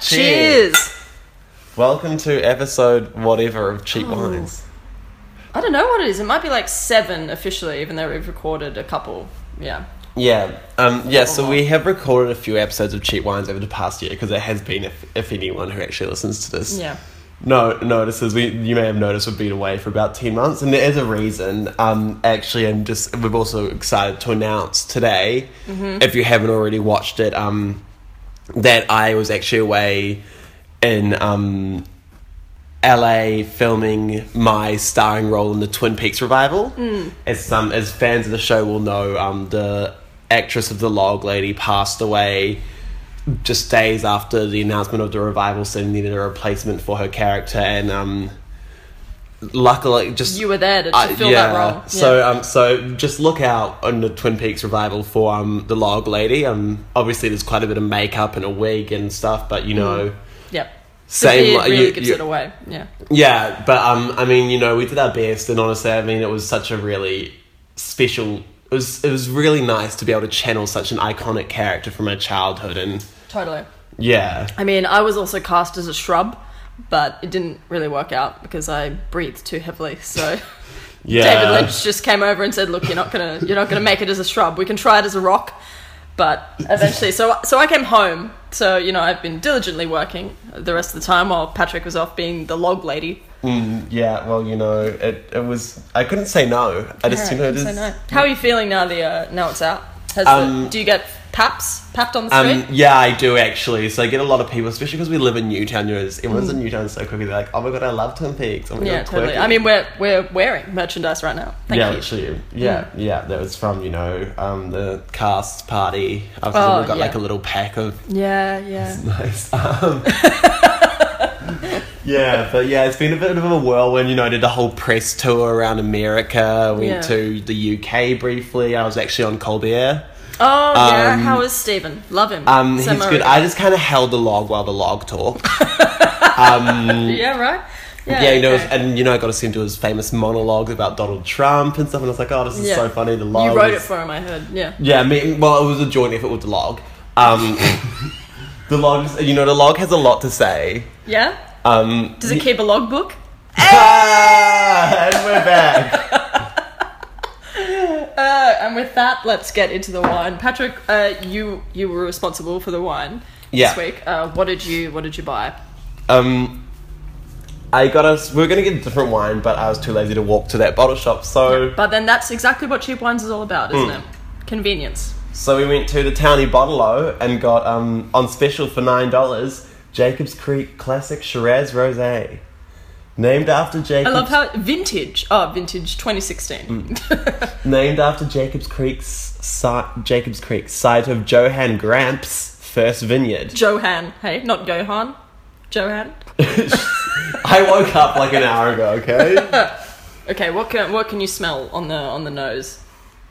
Cheers. Welcome to episode whatever of Cheap Oh. Wines. I don't know what it is. It might be like seven officially, even though we've recorded a couple. Yeah. Yeah, um, yeah. So we have recorded a few episodes of Cheap Wines over the past year because there has been, if, if anyone who actually listens to this, Yeah. no notices. We you may have noticed we've been away for about ten months, and there is a reason. Um, actually, I'm just we're also excited to announce today, Mm-hmm. if you haven't already watched it, um, that I was actually away in um, LA filming my starring role in the Twin Peaks revival. Mm. As some as fans of the show will know, um, the actress of the Log Lady passed away just days after the announcement of the revival, so they needed a replacement for her character, and um, luckily, just You were there to, to I- fill that role. Yeah. So um, so just look out on the Twin Peaks revival for um the Log Lady. Um, obviously there's quite a bit of makeup and a wig and stuff, but you Mm. know. yep. Same the beard like- really you- gives you- it away. Yeah. Yeah, but um, I mean, you know, we did our best, and honestly, I mean, it was such a really special. It was it was really nice to be able to channel such an iconic character from my childhood, and Totally. yeah, I mean, I was also cast as a shrub, but it didn't really work out because I breathed too heavily. So yeah, David Lynch just came over and said, "Look, you're not gonna you're not gonna make it as a shrub. We can try it as a rock." But eventually, so so I came home. So you know, I've been diligently working the rest of the time while Patrick was off being the log lady. Mm, yeah, well, you know, it it was. I couldn't say no. I just you know So just. no. How are you feeling now? The uh, now it's out. Has the, Um, do you get paps papped on the street? Um, yeah, I do actually. So I get a lot of people, especially because we live in Newtown. You know, it's- everyone's in Newtown so quickly. They're like, "Oh my god, I love Twin Peaks." Oh my Mm. yeah, god, totally. quirky. I mean, we're we're wearing merchandise right now. Thank yeah, you. Mm. literally. Yeah, yeah. That was from you know um, the cast party. I've Oh, got like yeah. a little pack of Yeah, yeah. nice. Um, yeah, but yeah, it's been a bit of a whirlwind. You know, I did a whole press tour around America. Went Yeah. to the UK briefly. I was actually on Colbert. Oh yeah. Um, How is Stephen? Love him. Um, Sam he's good. Morril. I just kind of held the log while the log talked. yeah, right. Um, Yeah, you know, okay. and you know, I got to see him do his famous monologue about Donald Trump and stuff. And I was like, oh, this is Yeah. so funny. The log. you wrote it was- for him. I heard. Yeah. Yeah, me, well, it was a joint effort with the log. Um, the log, you know, the log has a lot to say. Yeah? Um, Does it keep a logbook? Ah, and we're back. Uh, and with that, let's get into the wine. Patrick, uh, you you were responsible for the wine Yeah. this week. Uh, what did you What did you buy? Um, I got us. We were gonna get a different wine, but I was too lazy to walk to that bottle shop. So, But then that's exactly what cheap wines is all about, isn't Mm. it? Convenience. so we went to the Towny Bottle O and got um on special for nine dollars Jacobs Creek Classic Shiraz Rosé, named after I Jacobs. love how vintage. Oh, vintage 2016. Mm. named after Jacobs Creek's si- Jacobs Creek site of Johann Gramps' first vineyard. Johan. Hey, not Johan. Johan. I woke up like an hour ago. Okay, Okay, what can what can you smell on the on the nose,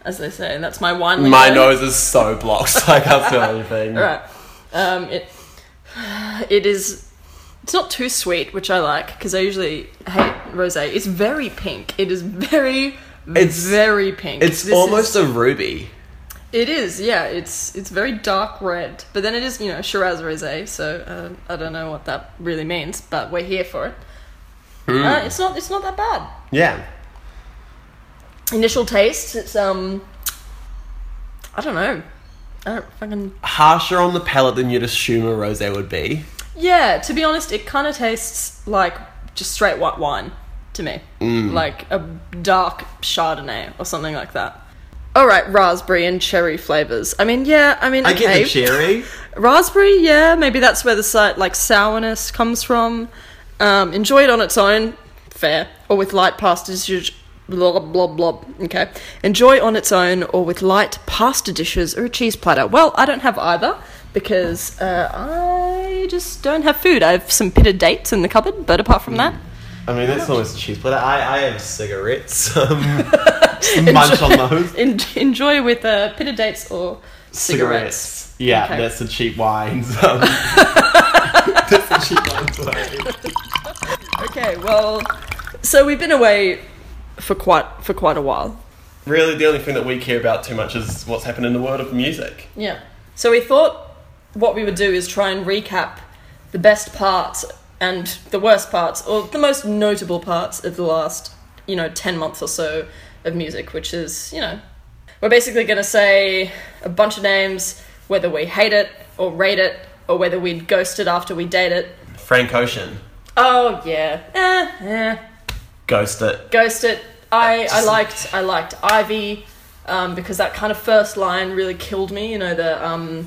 as they say? That's my wine. my lingo. nose is so blocked. I can't feel anything. Right. Um, it it is. It's not too sweet, which I like because I usually hate rosé. It's very pink. It is very. It's It's- very pink. It's This almost Is, a ruby. it is. Yeah. It's it's very dark red, but then it is you know Shiraz rosé. So uh, I don't know what that really means, but we're here for it. Hmm. Uh, it's not. It's not that bad. Yeah. Initial taste. It's um. I don't know. I don't fucking Harsher on the palate than you'd assume a rosé would be. Yeah, to be honest, it kind of tastes like just straight white wine to me. Hmm. Like a dark Chardonnay or something like that. All right, raspberry and cherry flavors. I mean, yeah, I mean, I get okay. the cherry. Raspberry, yeah, maybe that's where the slight like sourness comes from. Um, enjoy it on its own, fair, or with light pasta dishes. Blah blah blah. Okay, enjoy on its own or with light pasta dishes or a cheese platter. Well, I don't have either because uh, I just don't have food. I have some pitted dates in the cupboard, but apart from that, I mean, that's almost cheap, but I, I have cigarettes. Um, just munch on those. en- enjoy with uh, pitted dates or cigarettes. Yeah, Okay. that's the cheap wines. Um, that's the cheap wines way. Okay, well, so we've been away for quite for quite a while. Really, the only thing that we care about too much is what's happened in the world of music. Yeah. So we thought what we would do is try and recap the best parts and the worst parts, or the most notable parts of the last, you know, 10 months or so of music, which is, you know, we're basically going to say a bunch of names, whether we hate it or rate it, or whether we'd ghost it after we date it. Frank Ocean, Oh, yeah. Eh, eh. Ghost It. Ghost it. I, I Just- liked I liked Ivy um, because that kind of first line really killed me. You know the um,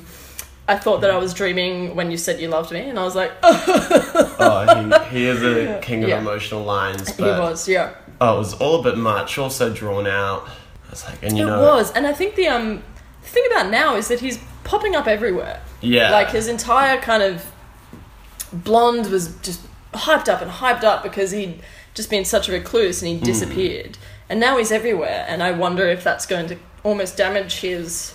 I thought that I was dreaming when you said you loved me, and I was like, oh, Oh, he, he is a king of Yeah. emotional lines, he but was, yeah, oh, it was all a bit much, also drawn out. I was like, and you it know, was. And I think the um the thing about now is that he's popping up everywhere. yeah, Like his entire kind of blonde was just hyped up and hyped up because he'd just been such a recluse Hmm. and he disappeared. And now he's everywhere, and I wonder if that's going to almost damage his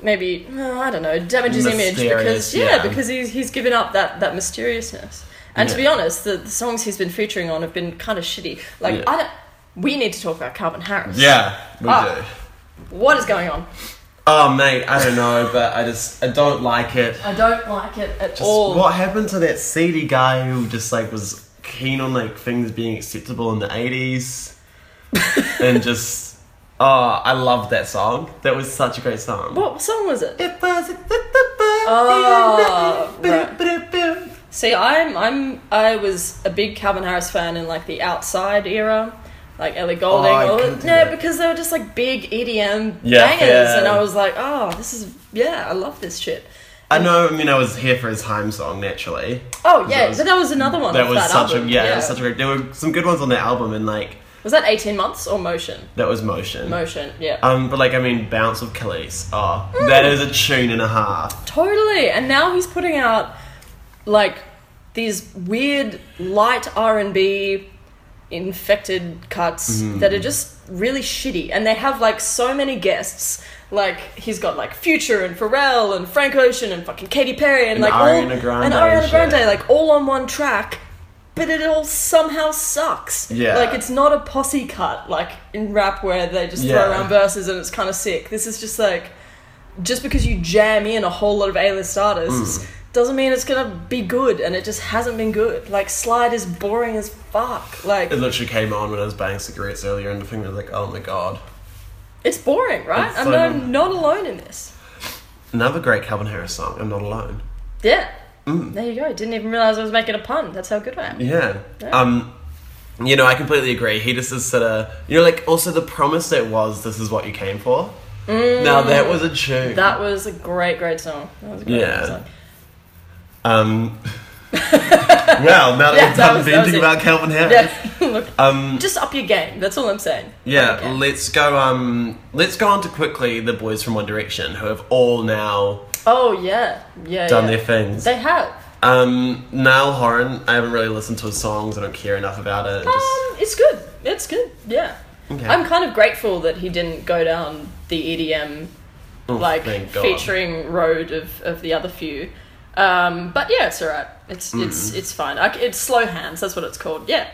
maybe uh, I don't know damage his image Mysterious, because yeah, yeah. because he's he's given up that that mysteriousness. And to Yeah. be honest, the, the songs he's been featuring on have been kind of shitty. Like Yeah. I don't. We need to talk about Calvin Harris. yeah, we Ah. do. What is going on? Oh, mate, I don't know, but I just I don't like it. I don't like it at Just all. what happened to that seedy guy who just like was keen on like things being acceptable in the eighties, and just oh, I loved that song. That was such a great song. What Ah, song was it? It was. Oh, See, I'm I'm I was a big Calvin Harris fan in like the Outside era, like Ellie Golding. Oh, I all- couldn't do no, that. because they were just like big EDM Yeah, bangers, yeah. and I was like, oh, this is yeah, I love this shit. I know. I mean, I was here for his Heim song naturally. Oh yeah, was- but that was another one. That off was that such album. a yeah, It was such a great. There were some good ones on that album, and like Was that eighteen months or Motion? that was Motion. Motion, yeah, Um, but like I mean, Bounce of Khalees. Oh, that is a tune and a half. totally. And now he's putting out like these weird light R and B infected cuts Mm-hmm. that are just really shitty and they have like so many guests like he's got like Future and Pharrell and Frank Ocean and fucking Katy Perry and, And like all Ariana Grande and and Ariana shit. Grande like all on one track but it all somehow sucks Yeah. like it's not a posse cut like in rap where they just Yeah. throw around verses and it's kind of sick this is just like just because you jam in a whole lot of A-list artists Mm. doesn't mean it's gonna be good, and it just hasn't been good. Like Slide is boring as fuck. Like It literally came on when I was buying cigarettes earlier, and the thing was like, oh my god. it's boring, right? It's I'm so not, boring. not alone in this. Another great Calvin Harris song. I'm not alone. Yeah. There you go. Didn't even realize I was making a pun. That's how good I am. Mm. Yeah. Yeah. Um, you know, I completely agree. He just is sort of, you know, like also the promise that was, this is what you came for. Now that was a tune. Mm. That was a great, great song. That was a great Yeah. song. um. well, now that Yeah, we've done that was- that was venting it. about Calvin Harris. Yeah. Look, Um. just up your game. That's all I'm saying. Yeah. Okay. Let's go. Um. Let's go on to quickly the boys from One Direction, who have all now Oh yeah, yeah. done yeah. their things. They have. um. Niall Horan. I haven't really listened to his songs. I don't care enough about it. Just- Um, it's good. It's good. Yeah. Okay. I'm kind of grateful that he didn't go down the EDM oh, like thank God. featuring road of, of the other few. Um, but yeah, it's alright. It's Mm. it's it's fine. I c it's slow hands. That's what it's called. Yeah,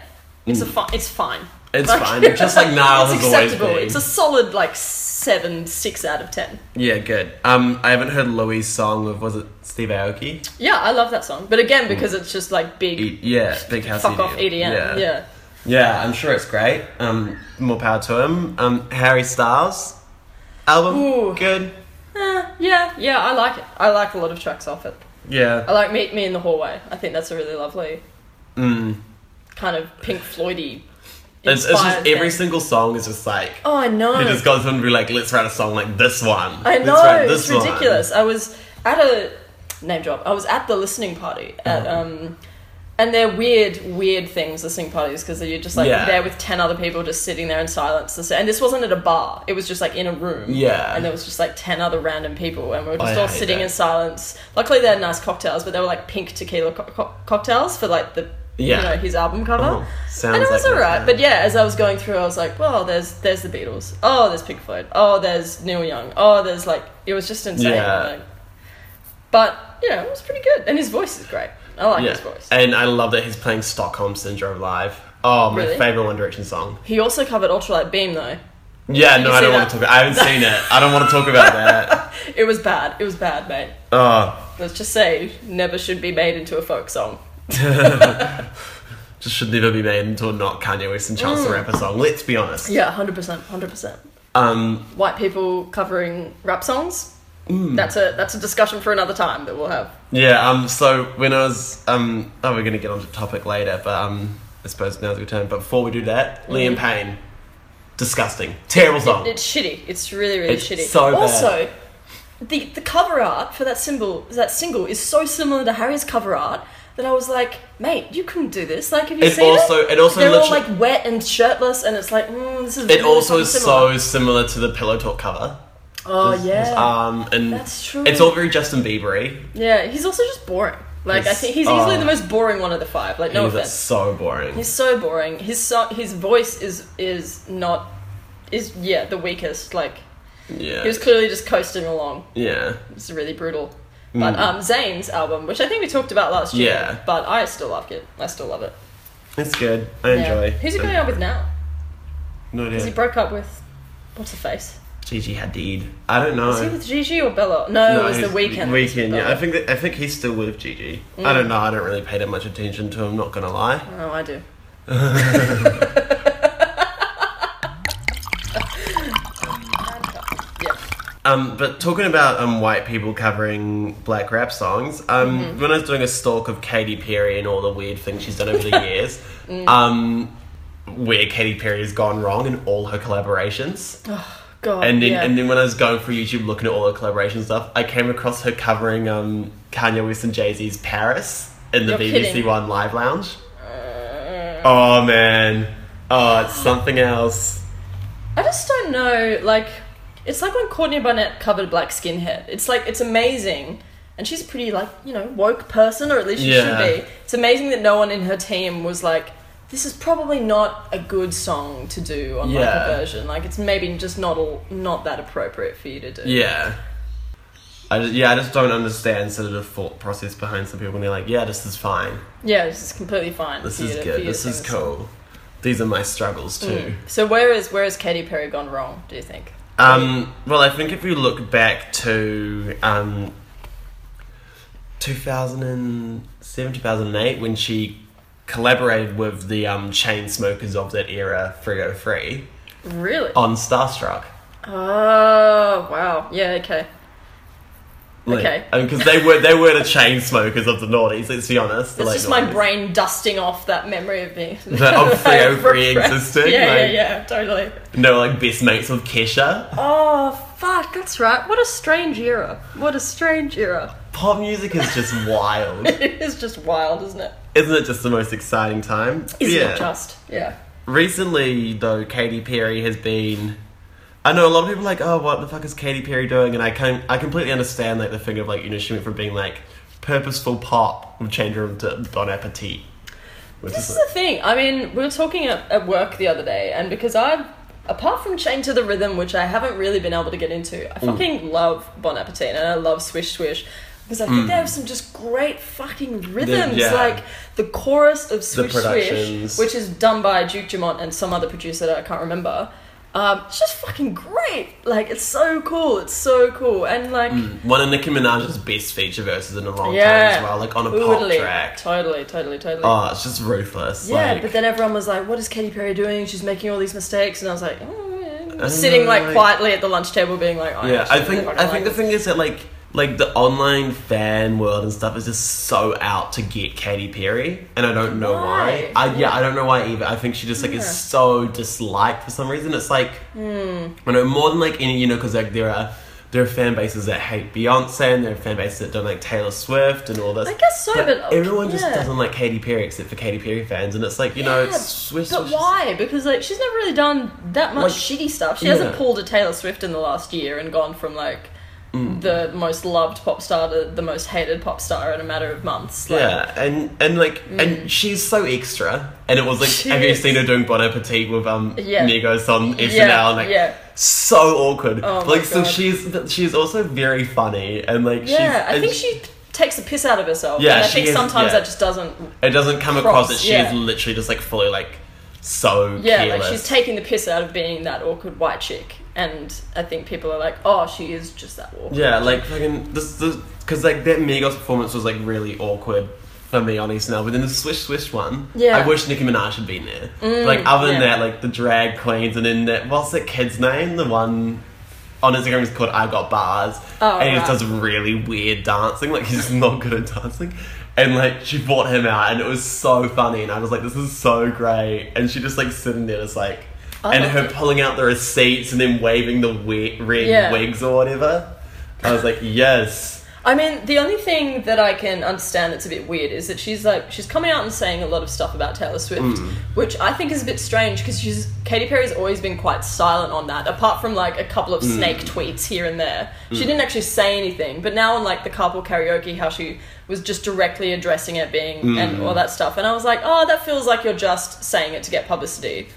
it's a fi- it's fine. Mm. It's fine, just like Niall it's has always acceptable. been. It's a solid like seven, six out of ten. Yeah, good. Um, I haven't heard Louis' song with was it Steve Aoki? Yeah, I love that song. But again, because it's just like big Mm. E- yeah, Big House. fuck off EDM. Yeah. Yeah. Yeah, I'm sure it's great. Um, more power to him. Um, Harry Styles album, Ooh. good. Eh, yeah, yeah, I like it. I like a lot of tracks off it. I Yeah, like Meet Me in the Hallway. I think that's a really lovely mm. kind of Pink Floydy. it's, it's just inspired every thing. single song is just like Oh, I know. he just goes through and be like, let's write a song like this one. I Let's know write it's one." ridiculous. I was at a name drop. I was at the listening party at Uh-huh. um, and they're weird, weird things listening parties because you're just like Yeah. there with ten other people just sitting there in silence. This- And this wasn't at a bar; it was just like in a room. Yeah. and there was just like ten other random people, and we were just I all hate sitting that. in silence. Luckily, they had nice cocktails, but they were like pink tequila co- co- cocktails for like the. Yeah. You know his album cover, Oh, sounds and it was like my alright. plan. But yeah, as I was going through, I was like, "Well, there's there's the Beatles. Oh, there's Pink Floyd. Oh, there's Neil Young. Oh, there's like it was just insane." Yeah. like- but yeah, it was pretty good, and his voice is great. I like his Yeah, voice. and I love that he's playing Stockholm Syndrome live. Oh, my Really? favorite One Direction song. He also covered Ultralight Beam though. Yeah, no, you I see don't want that? to talk. I haven't seen it. I don't want to talk about that. It was bad. It was bad, mate. Oh, Let's just say, never should be made into a folk song. just should never be made into a not Kanye West and Chance the Mm. Rapper song. Let's be honest. Yeah, hundred percent, hundred percent. Um, Hmm. White people covering rap songs. That's a that's a discussion for another time that we'll have. yeah. Um, so when I was um, oh, we're gonna get onto the topic later, but um, I suppose now's a good time. But before we do that, Mm. Liam Payne, disgusting, terrible song. It's shitty. It's really, really It's shitty. so bad. also, the the cover art for that symbol that single is so similar to Harry's cover art that I was like, mate, you couldn't do this. Like, have you It seen also- it? it also they're all literally- like wet and shirtless, and it's like, mm, this is. It also really is similar. so similar to the Pillow Talk cover. Oh yeah. Um, and That's true. It's all very Justin Biebery. yeah, he's also just boring. Like I He's- think he's easily oh. the most boring one of the five. Like no He's offense. so boring. He's so boring. His so- his voice is is not is yeah the weakest. Like yeah. he was clearly just coasting along. yeah. It's really brutal. But um, Zane's album, which I think we talked about last year, Mm. Yeah. but I still love it. I still love it. It's good. I enjoy. Who's he going out with now? No Because he idea. broke up with what's her face? Gigi Hadid. I don't know. Is he with Gigi or Bella? No, it was the Oh. Mm. he's- weekend. Weekend, yeah. I think that, I think he's still with Gigi. I don't know. I don't really pay that much attention to him. Not gonna lie. Oh, I do. yeah. Um, but talking about um white people covering black rap songs. Um, Mm-hmm. when I was doing a stalk of Katy Perry and all the weird things she's done over the years. Mm. Um, where Katy Perry has gone wrong in all her collaborations. God. And then, Oh, yeah. and then when I was going through YouTube looking at all the collaboration stuff, I came across her covering um, Kanye West and Jay Z's Paris in the You're BBC kidding. Uh. One Live Lounge. Oh man, oh it's something else. I just don't know. Like, it's like when Courtney Barnett covered Black Skinhead. It's like it's amazing, and she's a pretty like you know woke person, or at least she Yeah. should be. It's amazing that no one in her team was like, this is probably not a good song to do on like Yeah. a version. Like, it's maybe just not all, not that appropriate for you to do. Yeah, I just, yeah I just don't understand sort of the thought process behind some people when they're like, yeah, this is fine, Yeah, this is completely fine. this for you is to- for good, you to this sing is cool. These are my struggles too. So where is where is Katy Perry gone wrong? Do you think? Um, well, I think if you look back to um, 2007, 2008, when she collaborated with the um, chain smokers of that era, 303, Really? Oh, on Starstruck. wow. Yeah. Okay. Okay. Because they were they were the chain smokers of the noughties, let's be honest. It's Like, just my noughties. brain dusting off that memory of me. That of Freo Free Repressed. existing, Yeah, like- yeah, yeah, totally. And they were like best mates with Kesha. Oh, fuck, that's right. What a strange era. What a strange era. Pop music is just wild. It is just wild, isn't it? Isn't it just the most exciting time? Is yeah. it not just? Yeah. recently though Katy Perry has been I know a lot of people are like, oh, what the fuck is Katy Perry doing? And I can I completely understand like the thing of like you know she went from being like purposeful pop with change room to Bon Appetit, which This is like, the thing. I mean, we were talking at, at work the other day, and because I've, apart from Chain to the Rhythm, which I haven't really been able to get into, I Mm. fucking love Bon Appetit and I love Swish Swish. Because I think they have some just great fucking rhythms, Mm. yeah. like the chorus of Swish Swish, productions. which is done by Duke Dumont and some other producer that I can't remember. Um, it's just fucking great. Like it's so cool. It's so cool, and like mm, one of Nicki Minaj's best feature verses in a long yeah, time as well, like on a totally, pop track. totally, totally, totally. Oh, it's just ruthless. Yeah, like, but then everyone was like, "What is Katy Perry doing? She's making all these mistakes," and I was like, oh, yeah. don't sitting know, like Uh, like- quietly at the lunch table, being like, oh, yeah, I think really I think the this. thing is that like like the online fan world and stuff is just so out to get Katy Perry, and I don't know Why? why. I yeah, I don't know why either. I think she just like Yeah. Hmm. is so disliked for some reason. It's like I know more than like any you know because like there are. There are fan bases that hate Beyonce, and there are fan bases that don't like Taylor Swift and all this. I guess so, but- oh, everyone just yeah. doesn't like Katy Perry except for Katy Perry fans, and it's like you know, Yeah, it's Swift. but why? Because like she's never really done that much Like, shitty stuff. She yeah. hasn't pulled a Taylor Swift in the last year and gone from like Mm. the most loved pop star to the most hated pop star in a matter of months. Like, mm. Yeah, and and like and she's so extra. And it was like, have you She seen her doing Bon Appetit with um Yeah. Migos on SNL? Yeah, like, yeah. so awkward. Oh my like, so God. she's but she's also very funny, and like, she's, yeah. I and think she takes the piss out of herself. Yeah, and I she think is- sometimes yeah. that just doesn't. it doesn't come cross, across that she yeah. is literally just like fully like so Yeah, careless. like she's taking the piss out of being that awkward white chick. and I think people are like, oh, she is just that awkward. Yeah, like fucking this, because like that Migos performance was like really awkward for me on SNL. But then the Swish Swish one, Yeah. Mm, I wish Nicki Minaj had been there. like other than yeah. that, like the drag queens, and then that what's that kid's name? The one on Instagram is called I Got Bars, Oh, and he just right. does really weird dancing. Like he's not good at dancing. And like she bought him out, and it was so funny, and I was like, "This is so great!" And she just like sitting there, just like, I and loved her it. pulling out the receipts and then waving the we- red Yeah. wigs or whatever. I was like, yes. I mean, the only thing that I can understand that's a bit weird is that she's like she's coming out and saying a lot of stuff about Taylor Swift, which I think is a bit strange because she's Katy Perry's always been quite silent on that, apart from like a couple of snake tweets here and there. She didn't actually say anything, but now on like the carpool karaoke, how she was just directly addressing it being and all that stuff, and I was like, oh, that feels like you're just saying it to get publicity.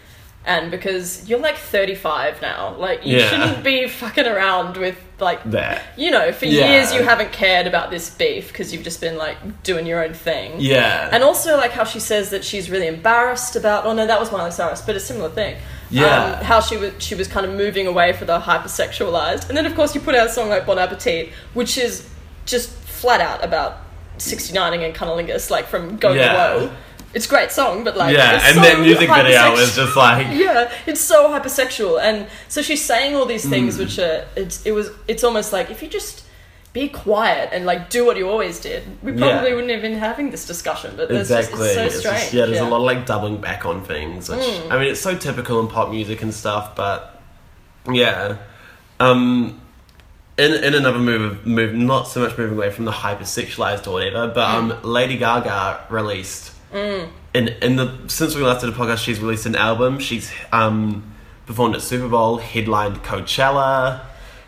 And because you're like 35 now, like you Yeah. shouldn't be fucking around with like That. you know, for Yeah. years you haven't cared about this beef because you've just been like doing your own thing. Yeah. And also, like, how she says that she's really embarrassed about. Oh, no, that was Miley Cyrus, but a similar thing. Yeah. Um, how she was, she was kind of moving away from the hypersexualized. And then, of course, you put out a song like Bon Appetit, which is just flat out about 69ing and cunnilingus, like, from Go Yeah. Low. It's a great song, but, like, yeah, it's and so that music video hypersexual. was just like, Yeah, it's so hypersexual, and so she's saying all these things, Hmm. which are it's it was it's almost like if you just be quiet and like do what you always did, we Yeah. probably wouldn't have been having this discussion. But there's exactly. just, it's so It's strange. Mm. just- yeah, there's a lot of like doubling back on things. Which, I mean, it's so typical in pop music and stuff, but yeah. Um, in in another move, move not so much moving away from the hypersexualized or whatever, but Mm. um, Lady Gaga released. in in the since we last did a podcast, she's released an album. She's um performed at Super Bowl, headlined Coachella.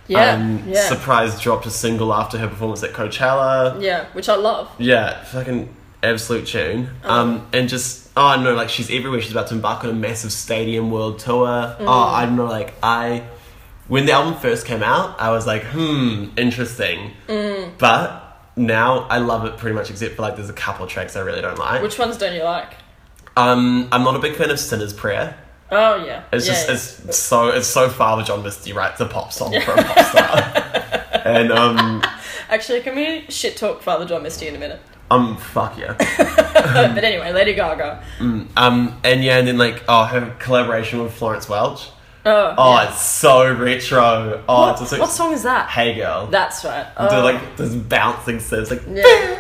Yeah, um, yeah. Surprise dropped a single after her performance at Coachella. yeah, which I love. Yeah, fucking absolute tune. Oh. Um, and just oh no, like she's everywhere. She's about to embark on a massive stadium world tour. Mm. Oh, I don't know, like I. When the album first came out, I was like, hmm, interesting. Mm. But now I love it pretty much, except for like there's a couple tracks I really don't like. Which ones don't you like? Um, I'm not a big fan of Sinner's Prayer. Oh yeah, It's just yeah, yeah. it's so it's so far that John Misty writes a pop song for a pop star. and um actually can we shit talk Father John Misty in a minute? um fuck yeah. Uh, but anyway, Lady Gaga. Um and yeah, and then like oh her collaboration with Florence Welch. Oh, Oh, yeah. it's so retro. Oh, what, it's just like what song is that? Hey girl. That's right. They're Oh. like this bouncing stuff. It's like Yeah.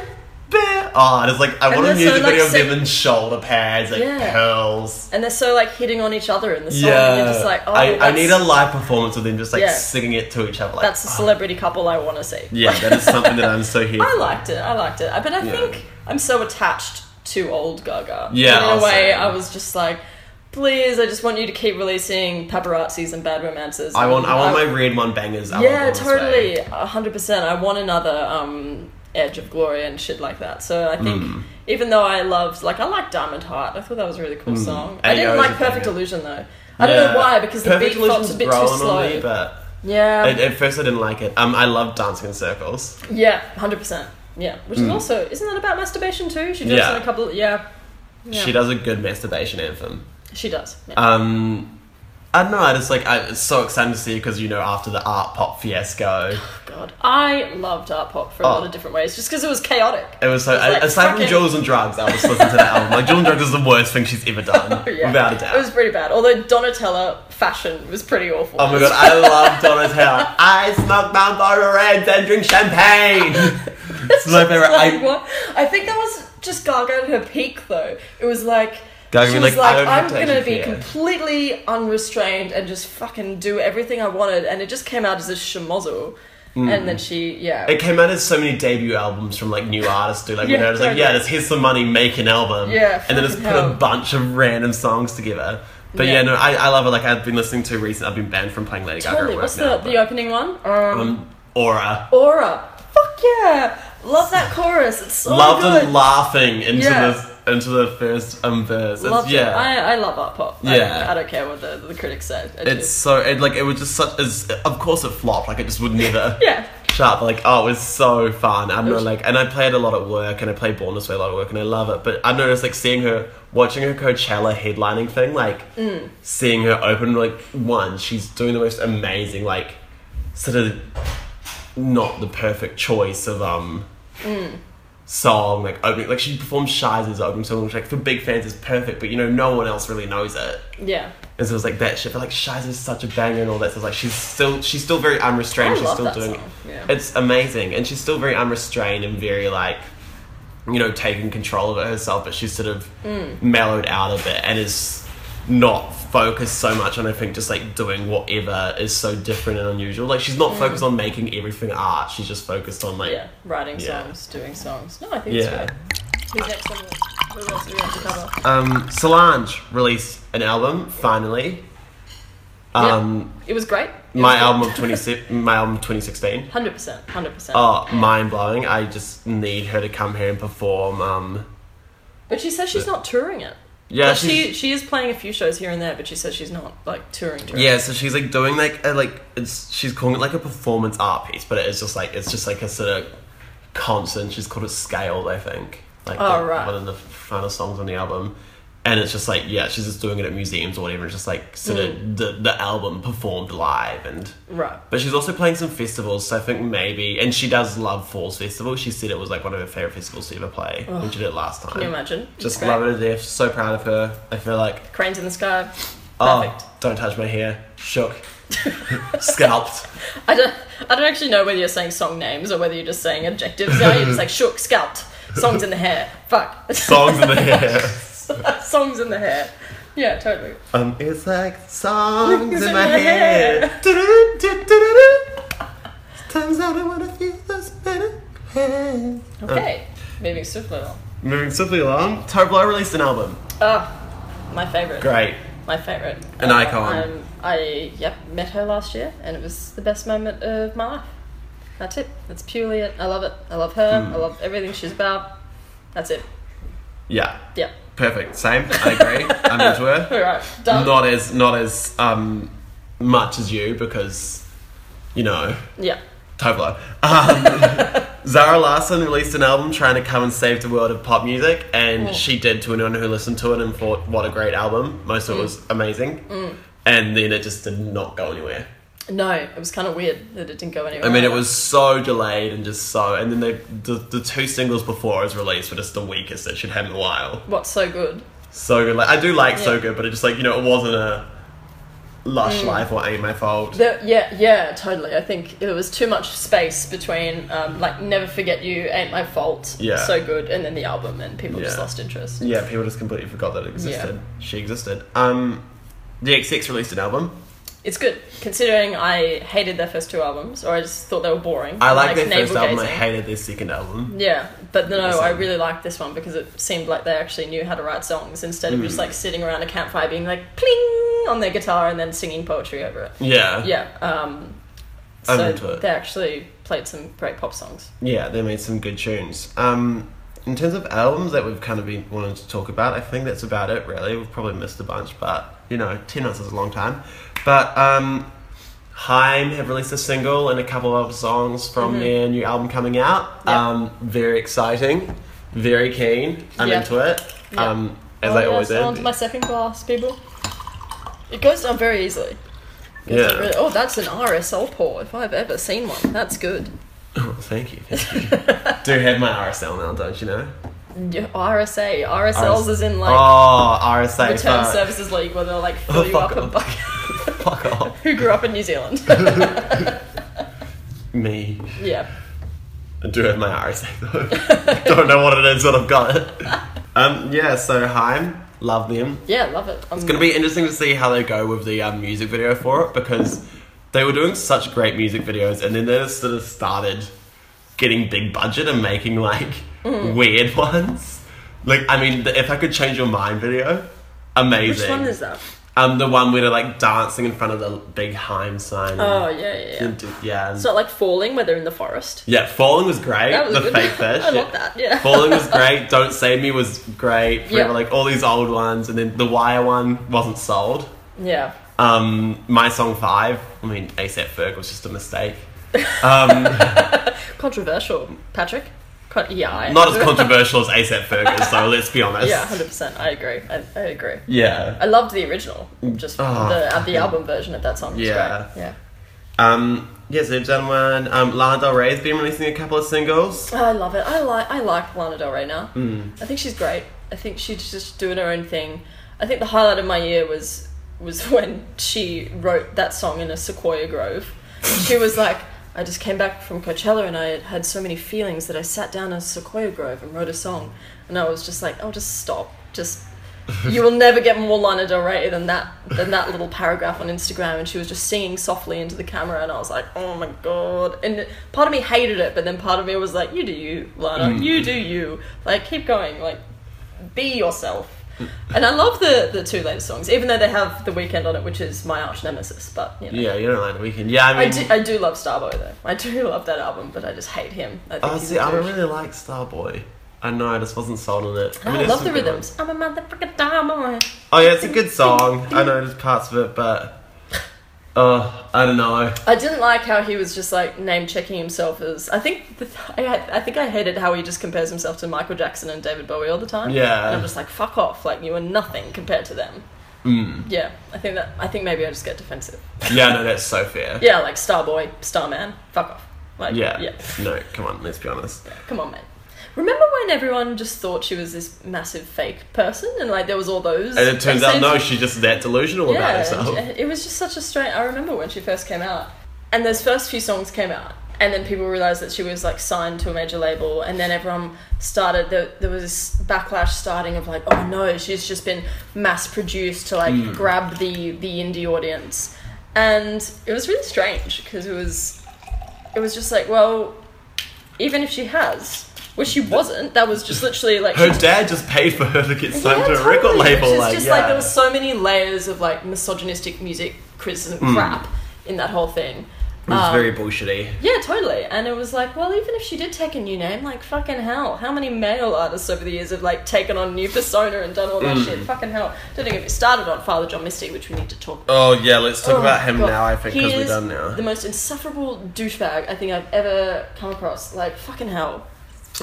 "Bah, bah." Oh, and it's like I want a they're so, music like, video of sick- them in shoulder pads, like Yeah. pearls. and they're so like hitting on each other in the song. Yeah, and you're just like, oh, I, I that's- need a live performance with them just like Yeah. singing it to each other. Like, that's a oh. celebrity couple I want to see. Yeah, that is something that I'm so here. I for. liked it. I liked it. I- But I Yeah. think I'm so attached to old Gaga. Yeah, in a I'll way, say. I was just like, please, I just want you to keep releasing paparazzis and bad romances. I want, I want my. my red one bangers. I Yeah, want them this way. totally, hundred percent. I want another um, Edge of Glory and shit like that. So I think Mm. even though I loved, like, I liked Diamond Heart. I thought that was a really cool Mm. song. I Ayo didn't is like a Perfect banger. Illusion though. I don't Yeah. know why because the Perfect beat felt a Illusion's bit too growing on slow. me, but yeah, at, at first I didn't like it. Um, I love dancing in circles. yeah, hundred percent. Yeah, which is also isn't that about masturbation too? She does Hmm. Yeah. in a couple. Of, yeah, Yeah. She does a good masturbation anthem. she does. Yeah. Um, I don't know. I just like. I, it's so exciting to see because you know after the art pop fiasco, God, I loved art pop for a Oh. lot of different ways, just because it was chaotic. it was so. It's like, aside fucking- from Jules and Drugs, I was listening to that album. Like Jules and Drugs is the worst thing she's ever done, Oh, Yeah. without a doubt. It was pretty bad. Although Donatella fashion was pretty awful. Oh my god, I love Donna's hair. I smoke Marlboro Reds and drink champagne. It's my favorite. Like, I, what? I think that was just Gaga at her peak, though. It was like Gaga she being was like, I like, don't have "I'm to gonna actually be care." completely unrestrained and just fucking do everything I wanted," and it just came out as a schmozzle. Hmm. And then she, yeah, it came out as so many debut albums from like new artists do. Like Yeah, when I was like, totally. yeah, just here's some money, make an album. Yeah, and then just fucking put hell. a bunch of random songs together. But yeah, Yeah. no, I, I love it. Like I've been listening to recent. I've been banned from playing Lady Gaga totally. at work What's now. the the opening one? Um, but, um, Aura. Aura. Fuck yeah, love that chorus. It's so love Oh, good. them laughing into Yeah. the into the first um verse. It's- Loved yeah. it. I, I love art pop. I, Yeah. don't, I don't care what the, the critics say. I do. it's so it, like it was just such as of course it flopped like it just would never yeah, catch up. Like, oh, it was so fun. I don't know, like, and I played a lot at work, and I played Born This Way a lot at work, and I love it. But I noticed, like, seeing her, watching her Coachella headlining thing, like, Mm. seeing her open, like, one, she's doing the most amazing, like, sort of not the perfect choice of, um, Mm. song, like, opening. Like, she performed Shies as opening song, which, like, for big fans is perfect, but, you know, no one else really knows it. Yeah. And so it was like that shit. But like Shies is such a banger and all that. So it's like she's still she's still very unrestrained. I she's love still that doing song, yeah. it's amazing. And she's still very unrestrained and very like you know, taking control of it herself, but she's sort of Hmm. mellowed out of it and is not focused so much on I think just like doing whatever is so different and unusual. Like she's not focused on making everything art, she's just focused on like Hmm. Yeah. Writing Yeah. songs, doing songs. No, I think Yeah. it's good. Who's next on the who else do we have to cover? Um Solange released an album, finally. Yeah. Um It was great. my album of twenty six my album of twenty sixteen. Hundred percent, hundred percent. Oh, mind blowing! I just need her to come here and perform. Um, But she says she's not touring it. yeah, Like, she's, she she is playing a few shows here and there, but she says she's not like touring. touring. yeah. So she's like doing like a, like it's she's calling it like a performance art piece, but it is just like it's just like a sort of constant. She's called it scaled, I think. Like Oh, the- right. one of the final songs on the album, and it's just like yeah, she's just doing it at museums or whatever. It's just like sort Mm. of the the album performed live and. Right. But she's also playing some festivals, so I think maybe, and she does love Falls Festival. She said it was like one of her favorite festivals to ever play when she did it last time. Can you imagine? Just It's great. love it to death. So proud of her. I feel like, Cranes in the sky. oh, Perfect. don't touch my hair. Shook. Scalped. I don't I don't actually know whether you're saying song names or whether you're just saying adjectives. Now you're just like shook, scalped, songs in the hair. Fuck. Songs in the hair. songs in the hair. Yeah, totally. Um, it's like songs It's in in my my head. hair. Do-do-do-do-do-do. Turns out I wanna feel those better. hands. Okay. Moving swiftly along. Uh, Moving swiftly along, Toblo released an album. Ah, my favourite. Great. My favourite. An icon. Um, I yep met her last year, and it was the best moment of my life. That's it. That's purely it. I love it. I love her. Hmm. I love everything she's about. That's it. Yeah, Yep. perfect. Same. I agree. I'm into her. All right. Done. not as not as um, much as you because you know yeah. Toblo. Um, Zara Larson released an album trying to come and save the world of pop music, and she did to anyone who listened to it and thought, "What a great album!" Most of it was amazing, and then it just did not go anywhere. No, it was kind of weird that it didn't go anywhere. I mean, it was so delayed and just so. And then they, the the two singles before it was released were just the weakest that she'd had in a while. What's so good? So good, like I do like so Yeah. good, but it just like you know it wasn't a lush life or ain't my fault. The, yeah, yeah, totally. I think there was too much space between, um, like, Never Forget You, Ain't My Fault, Yeah. So Good, and then the album, and people just Yeah. lost interest. Yeah, people just completely forgot that it existed. She existed. Um, DXX released an album. It's good, considering I hated their first two albums, or I just thought they were boring. I like, their first navel-gazing. album. I hated their second album. Yeah, but no, Awesome. I really liked this one because it seemed like they actually knew how to write songs instead of just Hmm. like sitting around a campfire being like pling on their guitar and then singing poetry over it. Yeah. Yeah, um, I'm so into it. they actually played some great pop songs. Yeah, they made some good tunes. Um, in terms of albums that we've kind of been wanting to talk about, I think that's about it, really. We've probably missed a bunch, but, you know, 10 months is a long time. But, um, Haim have released a single and a couple of songs from their new album coming out. Mm-hmm. Yeah. Um, very exciting. Very keen. I'm Yeah. into it. Yeah. Um, as Oh, I always yes, am. on to my second glass, people. It goes down very easily. It goes down Yeah. really- oh, that's an RSL pour if I've ever seen one. That's good. Oh, thank you. Thank you. Do have my RSL now, don't you know? Yeah, RSA. RSLs is in like oh, RSA. Return fuck. Services League where they'll like fill Oh, you fuck up a off. bucket. Fuck off. Who grew up in New Zealand? Me. yeah. I do have my RSA though. don't know what it is, but I've got it. Um, yeah, so Haim, love them. Yeah, love it. I'm It's gonna be interesting to see how they go with the um, music video for it because they were doing such great music videos and then they just sort of started getting big budget and making like Mm. weird ones. Like, I mean, the, if I could change your mind video, amazing. Which one is that? Um, the one where they're like dancing in front of the big Heim sign. Oh yeah, yeah, yeah. And- yeah. It's not like falling where they're in the forest. yeah, falling was great. That was the good. fake fish. I yeah. love that, yeah. falling was great. Don't save me was great. Forever, Yeah. like all these old ones, and then the wire one wasn't sold. Yeah. Um, my song five. I mean, ASAP Ferg was just a mistake. Um, Controversial, Patrick. Con- yeah, I Not as controversial as ASAP Fergus, though, let's be honest. Yeah, hundred percent. I agree. I, I agree. Yeah. I loved the original, just Ah, the uh, the album version of that song. Was Yeah. great. yeah. Um, yeah, so gentlemen, um, Lana Del Rey has been releasing a couple of singles. I love it. I like I like Lana Del Rey now. Hmm. I think she's great. I think she's just doing her own thing. I think the highlight of my year was was when she wrote that song in a sequoia grove. she was like, I just came back from Coachella and I had so many feelings that I sat down in a sequoia grove and wrote a song. And I was just like, oh, just stop, just. you will never get more Lana Del Rey than that than that little paragraph on Instagram, and she was just singing softly into the camera, and I was like, "Oh my god!" And part of me hated it, but then part of me was like, "You do you, Lana. Mm. You do you. Like, keep going. Like, be yourself." And I love the the two latest songs, even though they have the weekend on it, which is my arch nemesis. But you know, Yeah, you don't like the weekend. Yeah, I mean, I do I do love Starboy though. I do love that album, but I just hate him. I think Oh, he's see, a I don't douche. really like Starboy. I know, I just wasn't sold on it. Ah, I, mean, it's love a the good one. rhythms. I'm a motherfucking diamond. Oh yeah, it's a good song. I know there's parts of it, but uh, I don't know. I didn't like how he was just like name checking himself as. I think the, I, had- I think I hated how he just compares himself to Michael Jackson and David Bowie all the time. Yeah. and I'm just like fuck off, like you are nothing compared to them. Mm. Yeah, I think that I think maybe I just get defensive. Yeah, no, that's so fair. Yeah, like Starboy, Starman, fuck off. Like Yeah. yeah, No, come on, let's be honest. come on, man. Remember when everyone just thought she was this massive fake person and like there was all those. And it turns those out, no, things- she's just that delusional about herself. and It was just such a strange. I remember when she first came out, and those first few songs came out, and then people realized that she was like signed to a major label, and then everyone started. There, there was this backlash starting of like, oh no, she's just been mass produced to like Hmm. grab the the indie audience, and it was really strange because it was, it was just like, well, even if she has. Which she wasn't. That was just literally like Her dad just paid for her to get signed to a totally, record label. Which is like, just yeah. like there was so many layers of like misogynistic music criticism crap in that whole Mm. thing. it was Um, very bullshitty. yeah, totally. And it was like, well, even if she did take a new name, like fucking hell, how many male artists over the years have like taken on new persona and done all that Mm. shit? Fucking hell. Don't even get me started on Father John Misty, which we need to talk Oh yeah, let's talk Oh, about him God. now. I think He because we're is done now. The most insufferable douchebag I think I've ever come across. Like fucking hell.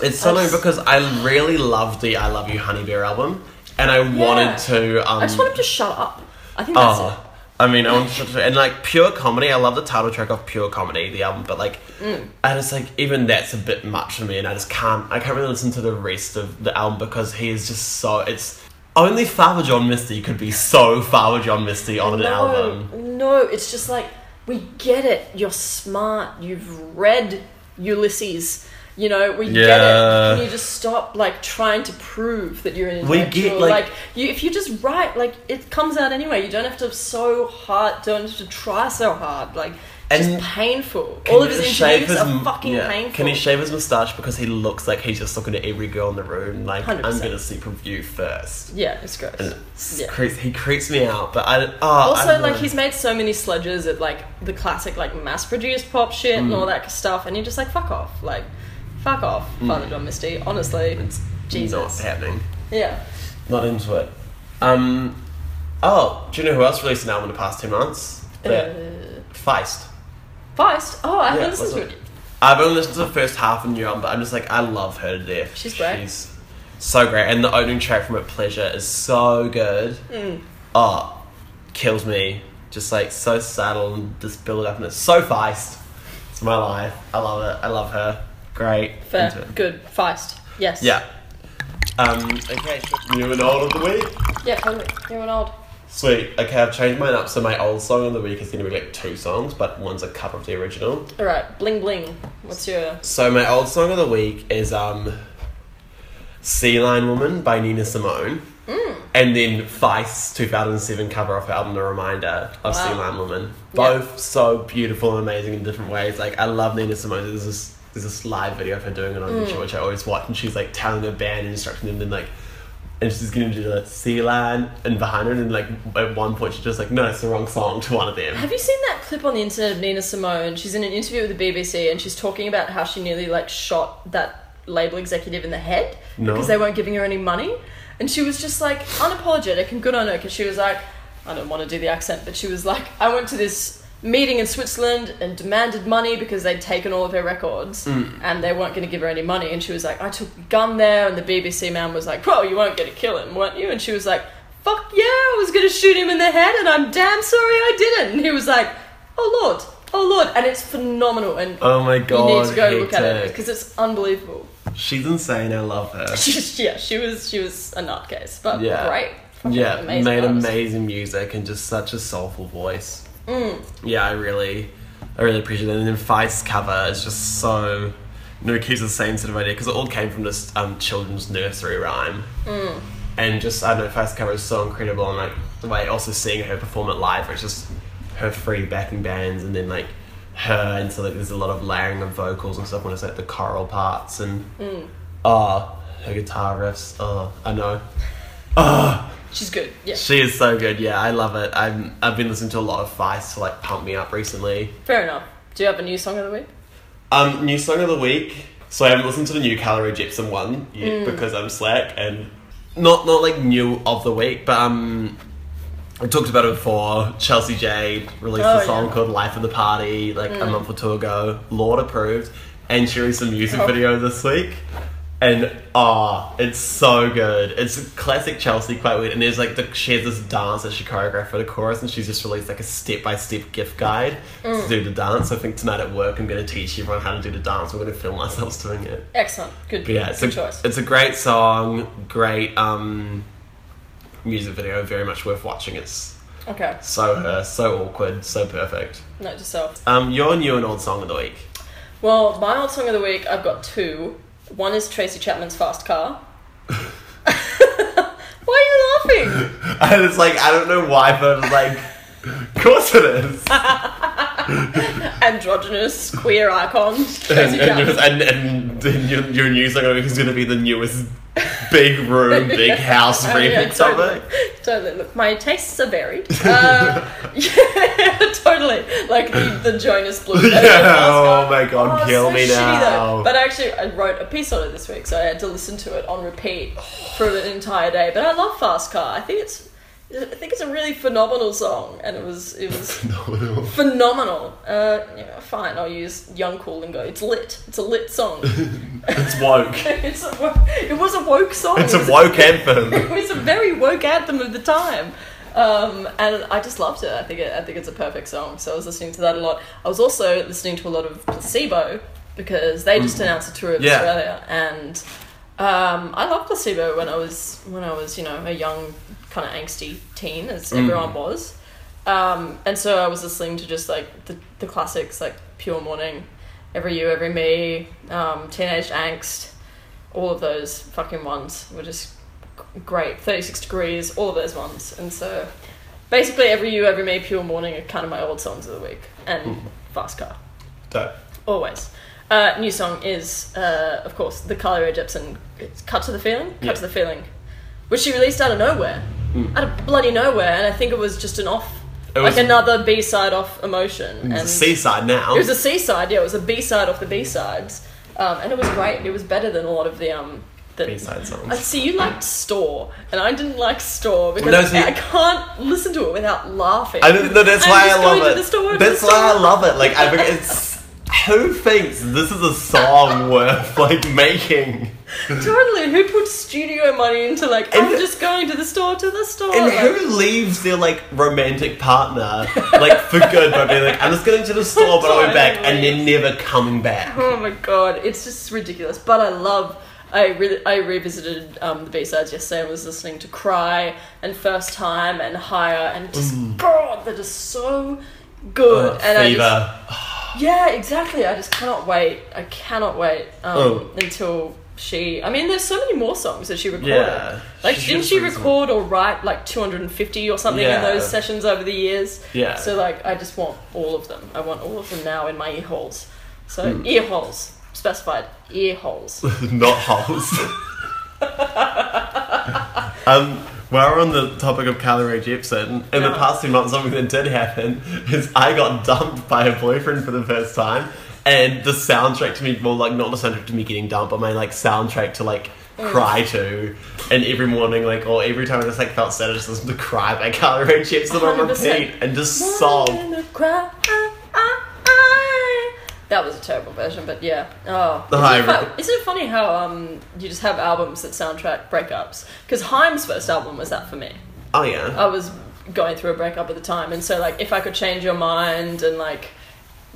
It's so I annoying just- because I really loved the "I Love You, Honey Bear" album, and I wanted to. Um, I just want him to shut up. I think that's it. Oh, I mean, I want to, and like pure comedy. I love the title track of Pure Comedy, the album, but like, Mm. I just like even that's a bit much for me, and I just can't. I can't really listen to the rest of the album because he is just so. It's only Father John Misty could be so Father John Misty on an album. No, it's just like we get it. You're smart. You've read Ulysses. You know, we get Yeah. it. Can you just stop like trying to prove that you're an We intellectual? get, like- you, if you just write, like it comes out anyway. You don't have to so hard. Don't have to try so hard. Like it's And just painful. Can All you of his just shave his interviews m- are fucking yeah. painful. Can he shave his moustache because he looks like he's just looking at every girl in the room? Like i am 100%. gonna sleep with you first. yeah, it's gross. It's Yeah. creeps- he creeps me out, but I oh, I Also, don't like know. he's made so many sludges at like the classic like mass-produced pop shit Mm. and all that stuff, and you're just like, fuck off, like, fuck off, Father John Misty. Honestly, It's Jesus. Mm. not happening. yeah. Not into it. Um, oh, do you know who else released an album in the past two months? That Uh, Feist. Feist. Oh, I Yeah, haven't listened to what's it. I've only listened to the first half of the new album, but I'm just like, I love her to death. She's great. She's so great. And the opening track from it, Pleasure, is so good. Mm. Oh, kills me. Just like so subtle and just build it up, and it's so Feist. It's my life. I love it. I love her. Great. Fair. Into it. Good. Feist. Yes. Yeah. Um, okay, sure. new and old of the week. Yeah. Totally. New and old. Sweet. Okay, I've changed mine up. So my old song of the week is going to be like two songs, but one's a cover of the original. All right. Bling bling. What's your? So my old song of the week is um, "Sea Lion Woman" by Nina Simone, Mm. and then Feist's 2007 cover of her album "The Reminder" of "Sea Wow. Lion Woman." Yeah. Both so beautiful and amazing in different ways. Like I love Nina Simone. There's this there's this live video of her doing it on Mm. YouTube, which I always watch, and she's like telling her band and instructing them, and like. And she's gonna do like sea lion and behind her, and like at one point she's just like, no, it's the wrong song to one of them. Have you seen that clip on the internet of Nina Simone? She's in an interview with the BBC and she's talking about how she nearly like shot that label executive in the head No. because they weren't giving her any money. And she was just like unapologetic and good on her because she was like, I don't want to do the accent, but she was like, I went to this meeting in Switzerland and demanded money because they'd taken all of her records Hmm. and they weren't going to give her any money. And she was like, I took a gun there. And the BBC man was like, Bro, you weren't going to kill him, weren't you? And she was like, Fuck yeah, I was going to shoot him in the head and I'm damn sorry I didn't. And he was like, Oh lord, oh lord. And it's phenomenal. And Oh my god. you need to go look at it hectic. because it's unbelievable. She's insane. I love her. yeah, she was she was a nutcase, but Yeah. great. Fucking yeah, made artist. amazing music and just such a soulful voice. Mm. Yeah, I really, I really appreciate it. And then Feist's cover is just so. No, it keeps the same sort of idea because it all came from this um, children's nursery rhyme. Mm. And just I don't know, Feist's cover is so incredible, and like the way also seeing her perform it live, it's just her free backing bands, and then like her, and so like there's a lot of layering of vocals and stuff when it's like the choral parts and Mm. oh, her guitar riffs. Oh, I know. Oh, She's good. Yeah, she is so good. Yeah, I love it. I'm, I've been listening to a lot of Vice to like pump me up recently. fair enough. Do you have a new song of the week? Um, new song of the week. So I haven't listened to the new Calorie Gypsum one yet Mm. because I'm slack and not not like new of the week, but um, I talked about it before. Chelsea J released Oh, a song yeah. called "Life of the Party" like Mm. a month or two ago. Lord approved, and she released a music Oh. video this week. And ah, it's so good. It's a classic Chelsea, quite weird. And there's like the, she has this dance that she choreographed for the chorus, and she's just released like a step by step gift guide Mm. to do the dance. So I think tonight at work, I'm going to teach everyone how to do the dance. We're going to film ourselves doing it. Excellent. Good. But yeah, it's a, good choice. it's a great song, great um, music video, very much worth watching. It's Okay. so her, so awkward, so perfect. Note to self. Um, your new and old song of the week. Well, my old song of the week, I've got two. One is Tracy Chapman's Fast Car. Why are you laughing? I was like, I don't know why, but I was like, of course it is. Androgynous queer icon. and, and, Tracy Chapman. just- and, and then your, your new song of the week is going to be the newest big room, big house Oh, yeah, remix totally. of it. Totally. Look, my tastes are varied. Uh, yeah, totally. Like the, the Jonas Blue. Yeah, oh my God, it's kill me shitty now. But actually, I wrote a piece on it this week, so I had to listen to it on repeat for an entire day. But I love Fast Car. I think it's, I think it's a really phenomenal song, and it was, it was phenomenal. Uh, yeah, fine, I'll use Young Cool and go. It's lit. It's a lit song. It's woke. it's a, wo- it was a woke song. It's It was a woke anthem. it was Oh, a very woke anthem of the time. Um, and I just loved it. I think it, I think it's a perfect song. So I was listening to that a lot. I was also listening to a lot of Placebo because they just announced a tour of Yeah. Australia, and um, I loved Placebo when I was when I was you know a young kind of angsty teen as everyone was. Um, and so I was listening to just like the, the classics like Pure Morning, Every You, Every Me, um, Teenage Angst, all of those fucking ones were just g- great. 36 Degrees, all of those ones. And so basically every you, every me, pure morning are kind of my old songs of the week. And Fast Car, Dope. always. Uh, new song is, uh, of course, the Carly Rae Jepsen it's Cut to the Feeling. Cut Yeah. Hmm. to the Feeling, which she released out of nowhere. Out of bloody nowhere. And I think it was just an off, It like was- another B side off emotion. It's a and seaside now. it was a C side, yeah. It was a B side off the B sides, um, and it was great. It was better than a lot of the um. The, B-side songs. I see you liked Store, and I didn't like Store because No, see- I can't listen to it without laughing. I don't know. That's I'm why just I going love to it. the store, to that's the why I store. love it. Like I think it's who thinks this is a song worth like making, Totally. Who put studio money into like? And- I'm just going to the store to the store. and like, who leaves their like romantic partner like for good by being like I'm just going to the store, but I'll be back, and then never coming back. Oh my god, it's just ridiculous. But I love. I re- I revisited um, the B sides yesterday and was listening to Cry and First Time and Higher and just Mm. God, they're just so good. Uh, and Fever. I just, yeah, exactly. I just cannot wait. I cannot wait um, Oh. until she. I mean, there's so many more songs that she recorded. Yeah. Like, She didn't should she freeze them. record or write like 250 or something in Yeah. those sessions over the years? Yeah. So like, I just want all of them. I want all of them now in my ear holes. So Hmm. ear holes specified ear holes. not holes. um, while we're on the topic of Carly Rae Jepsen, in the Yeah. past two months, something that did happen is I got dumped by a boyfriend for the first time, and the soundtrack to me, well, like not the soundtrack to me getting dumped, but my like soundtrack to like cry to, and every morning, like, or every time I just like felt sad, I just listened to Cry by Carly Rae Jepsen on 100%. repeat and just sob. I'm gonna cry. That was a terrible version, but yeah. Oh, The isn't, it Hive- fu- isn't it funny how um you just have albums that soundtrack breakups? Because Haim's first album was that for me. Oh yeah. I was going through a breakup at the time, and so like if I could change your mind and like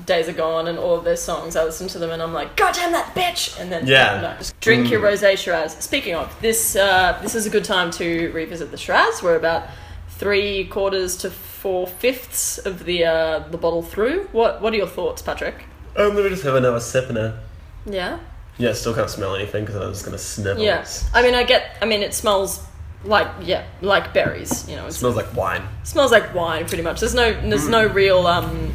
Days Are Gone and all of their songs, I listened to them and I'm like, God damn that bitch! And then Yeah. no. drink your rosé Shiraz. Speaking of this, uh, this is a good time to revisit the Shiraz. We're about three quarters to four fifths of the uh, the bottle through. What What are your thoughts, Patrick? Um, let me just have another sip and a. Yeah, Yeah, still can't smell anything because I was gonna snivel. yeah. It I mean, I get. I mean, it smells like yeah, like berries. You know, it's smells like wine. smells like wine pretty much there's no there's no Mm. real um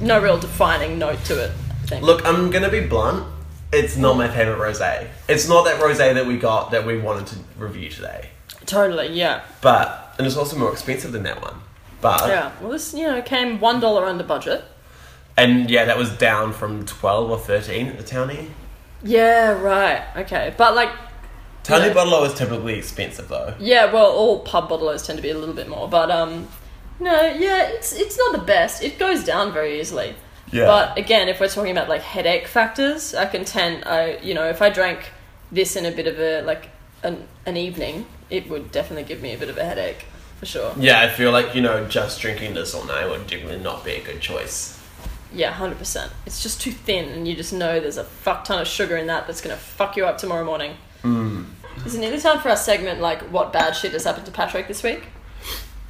no real defining note to it i think Look, I'm gonna be blunt. It's not my favorite rosé. It's not that rosé that we got that we wanted to review today. totally yeah But and it's also more expensive than that one. But yeah well this you know came one dollar under budget and yeah, that was down from twelve or thirteen at the townie. yeah right okay but like Townie Yeah. bottle is typically expensive though. yeah well all pub bottlers tend to be a little bit more but um no yeah it's it's not the best it goes down very easily Yeah. But again, if we're talking about like headache factors, I can tend, I you know, if I drank this in a bit of a like an an evening, it would definitely give me a bit of a headache for sure. yeah, I feel like you know just drinking this all night would definitely not be a good choice. Yeah, hundred percent. It's just too thin, and you just know there's a fuck ton of sugar in that that's gonna fuck you up tomorrow morning. Hmm. Mm. Is it nearly time for our segment like what bad shit has happened to Patrick this week?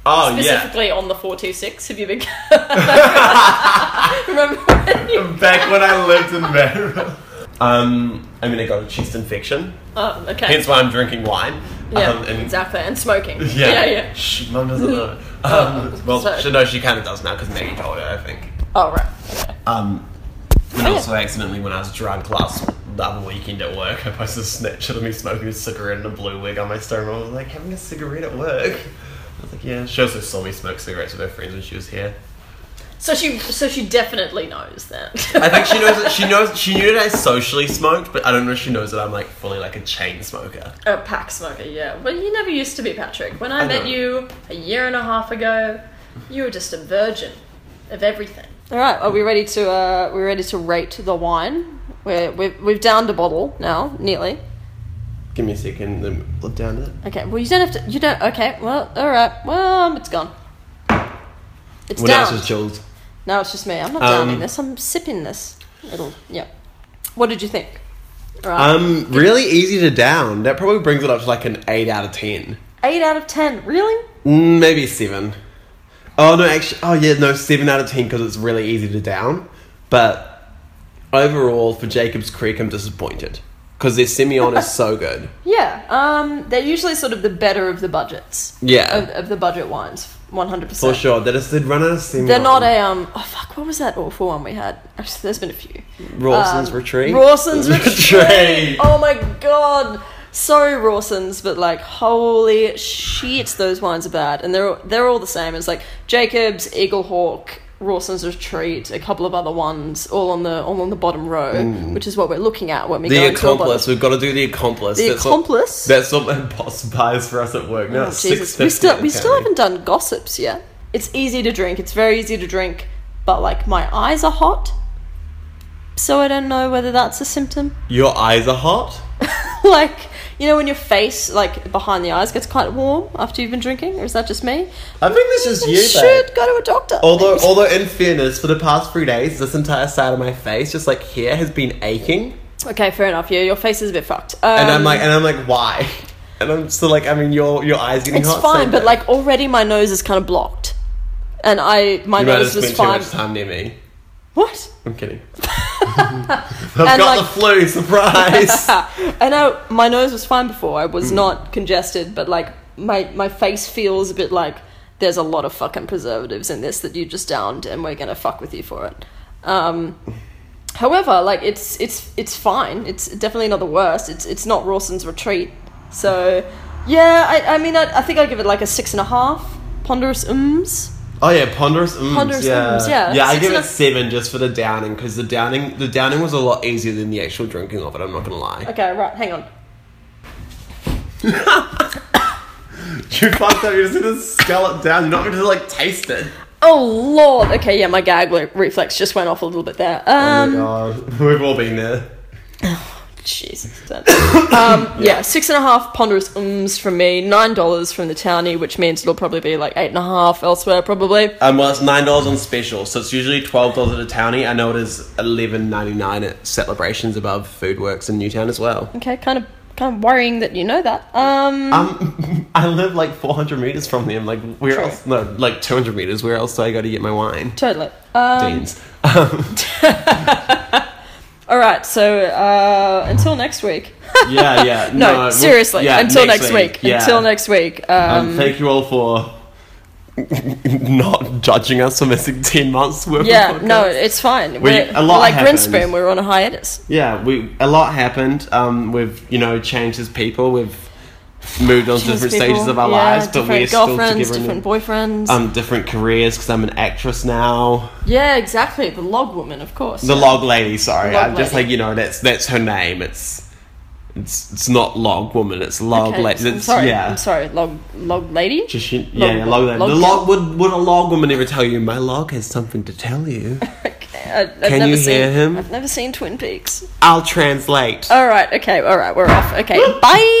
Oh yeah, Specifically on the four two six. Have you been? Remember when you? back when I lived in Melbourne. Um, I mean, I got a chest infection. Oh, okay. Hence why I'm drinking wine. yeah, um, and exactly. And smoking. Yeah. yeah. yeah. Shh, mum doesn't know. Oh, Um, well, sorry. she, no, she kind of does now because Maggie told her, I think. Oh right. Um, and Oh, yeah. also, accidentally, when I was drunk last the other weekend at work, I posted a snapshot of me smoking a cigarette in a blue wig on my story. I was like, having a cigarette at work. I was like, yeah. She also saw me smoke cigarettes with her friends when she was here. So she, so she definitely knows that. I think she knows. That, she knows. She knew that I socially smoked, but I don't know if she knows that I'm like fully like a chain smoker. a pack smoker, yeah. Well, you never used to be, Patrick. When I, I met know. you a year and a half ago, you were just a virgin of everything. All right, are we ready to? Uh, we're ready to rate the wine. We're we've, we've downed a bottle now, nearly. Give me a second. Then flip down it. Okay. Well, you don't have to. You don't. Okay. Well, all right. Well, um, it's gone. It's Well, now it's down. just Jules. now it's just me. I'm not Um, downing this. I'm sipping this. It'll. Yeah. What did you think? All right. Um, really easy to down. That probably brings it up to like an eight out of ten. Eight out of ten. Really? Mm, Maybe seven. Oh no, actually, oh yeah, no, seven out of ten because it's really easy to down. But overall, for Jacob's Creek, I'm disappointed because their Simeon is so good. Yeah, um, they're usually sort of the better of the budgets. Yeah. of, of the budget wines, one hundred For percent. sure, they just did run out of Simeon. They're not a um. Oh fuck! What was that awful one we had? Actually, there's been a few. Rawson's Um, Retreat. Rawson's Retreat. retreat. Oh my god! So Rawson's, but like holy shit, those wines are bad, and they're all- they're all the same. It's like Jacobs, Eagle Hawk, Rawson's Retreat, a couple of other ones, all on the all on the bottom row, which is what we're looking at when we go Mm. The into a bottle- accomplice. We've got to do the accomplice. The that's Accomplice? What, that's what my boss buys for us at work. Now Oh, it's Jesus. six We still we still haven't done gossips yet. It's easy to drink. It's very easy to drink, but like my eyes are hot. So I don't know whether that's a symptom. Your eyes are hot. like you know when your face like behind the eyes gets quite warm after you've been drinking, or is that just me? I think this is you, babe. should go to a doctor. Although, although in fairness, for the past three days, this entire side of my face, just like here, has been aching, okay, fair enough. Yeah, your face is a bit fucked. Um, and I'm like, and I'm like, why? And I'm still like, I mean, your your eyes getting it's hot. fine, same but thing. like already my nose is kind of blocked, and I my you might have nose was spent too fine. much time near me. What? I'm kidding. I've got like- the flu. Surprise. and I, my nose was fine before. I Hmm. was not congested, but like my my face feels a bit like there's a lot of fucking preservatives in this that you just downed, and we're gonna fuck with you for it. Um, however, like it's it's it's fine. It's definitely not the worst. It's it's not Rawson's retreat. So yeah, I, I mean I, I think I give it like a six and a half. Ponderous ums. oh yeah, ponderous. Ums, Ponderous yeah. ums, yeah. Yeah, I Six give and it a- seven just for the downing because the downing the downing was a lot easier than the actual drinking of it. I'm not gonna lie. Okay, right. Hang on. You fucked up. You're just gonna scale it down. You're not gonna like taste it. Oh lord. Okay, yeah, my gag re- reflex just went off a little bit there. Um, oh my god, we've all been there. Jesus. um, yeah. six and a half ponderous ums from me, nine dollars from the townie, which means it'll probably be like eight and a half elsewhere, probably. Um, well, it's nine dollars on special, so it's usually twelve dollars at a townie. I know it is eleven ninety nine at celebrations above Foodworks in Newtown as well. Okay, kind of, kind of worrying that you know that. Um, Um, I live like four hundred meters from them. Like where True. else? No, like two hundred meters. Where else do I go to get my wine? totally. Um, Dean's. Um, all right. So uh, until next week. yeah, yeah. No, we'll- seriously. yeah, until next, week. Yeah. Until next week. Um, Um, thank you all for not judging us for missing ten months worth. yeah. of podcasts. No, it's fine. We- we're, a lot like happened. Grinspoon, we're on a hiatus. yeah, we a lot happened. Um, we've you know changed as people. We've moved on to different People, stages of our yeah, lives, but different we're still girlfriends, together. in- different boyfriends. um, different careers because I'm an actress now. yeah, exactly. The log woman, of course. The log lady, sorry, Log I'm just lady. like you know that's that's her name. It's it's it's not log woman. It's log Okay, lady. I'm sorry. Yeah. I'm sorry. Log log lady. Just she- yeah, yeah, log log- lady. log the girl. log would would a log woman ever tell you? My log has something to tell you. Okay, I, I've Can never you seen, hear him? I've never seen Twin Peaks. I'll translate. All right. Okay. All right. We're off. Okay. Oh, bye.